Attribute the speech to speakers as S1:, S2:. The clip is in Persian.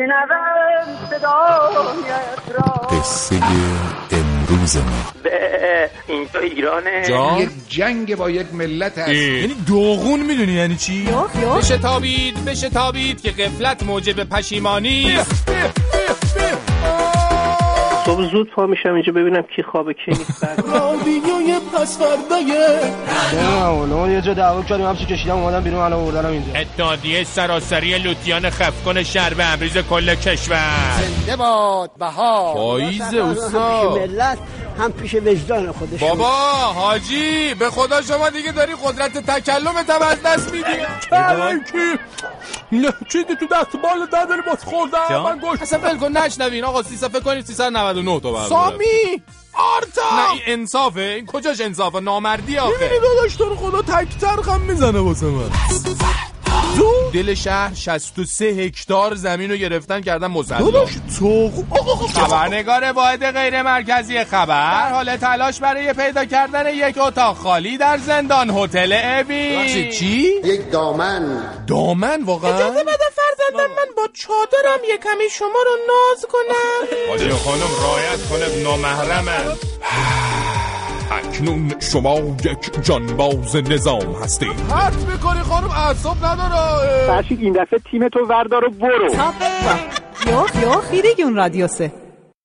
S1: میشنوم صدایت را
S2: قصه امروز ما
S3: به اینجا ایرانه
S4: جا
S5: یک جنگ با یک ملت هست
S4: ای.
S6: یعنی دوغون میدونی یعنی چی؟
S4: بشه تابید بشه تابید که قفلت موجب پشیمانی
S3: صبح زود پا میشم اینجا ببینم کی خوابه کی نیست بعد
S4: اتحادیه سراسری لوتیان خفکن شهر و امریز کل کشور پاییز اوستا
S7: ملت هم پیش وجدان خودش
S4: بابا حاجی به خدا شما دیگه داری قدرت تکلمت هم از دست میدی که چیزی تو دست بال نداری باز خوردم من گوش اصلا ول کن نشنوین آقا سی فکر کنید 399 تو بردارم سامی آرتا نه این انصافه این کجاش انصافه نامردی آخه
S6: داداش تو رو خدا تک ترخم میزنه واسه من
S4: دل شهر 63 هکتار زمین رو گرفتن کردن مسلمان
S6: داداش تو
S4: خبرنگار واحد غیر مرکزی خبر در حال تلاش برای پیدا کردن یک اتاق خالی در زندان هتل اوی چی؟
S5: یک دامن
S4: دامن واقعا؟ اجازه بده فرزندم من با چادرم یه کمی شما رو ناز کنم حاجی خانم رایت کنه نامحرمه اکنون شما یک جانباز نظام هستید
S6: حرف میکنی خانم اعصاب نداره
S3: فرشید این دفعه تیم تو وردار و برو
S8: Ja, ja, 4 Juni Radio 3.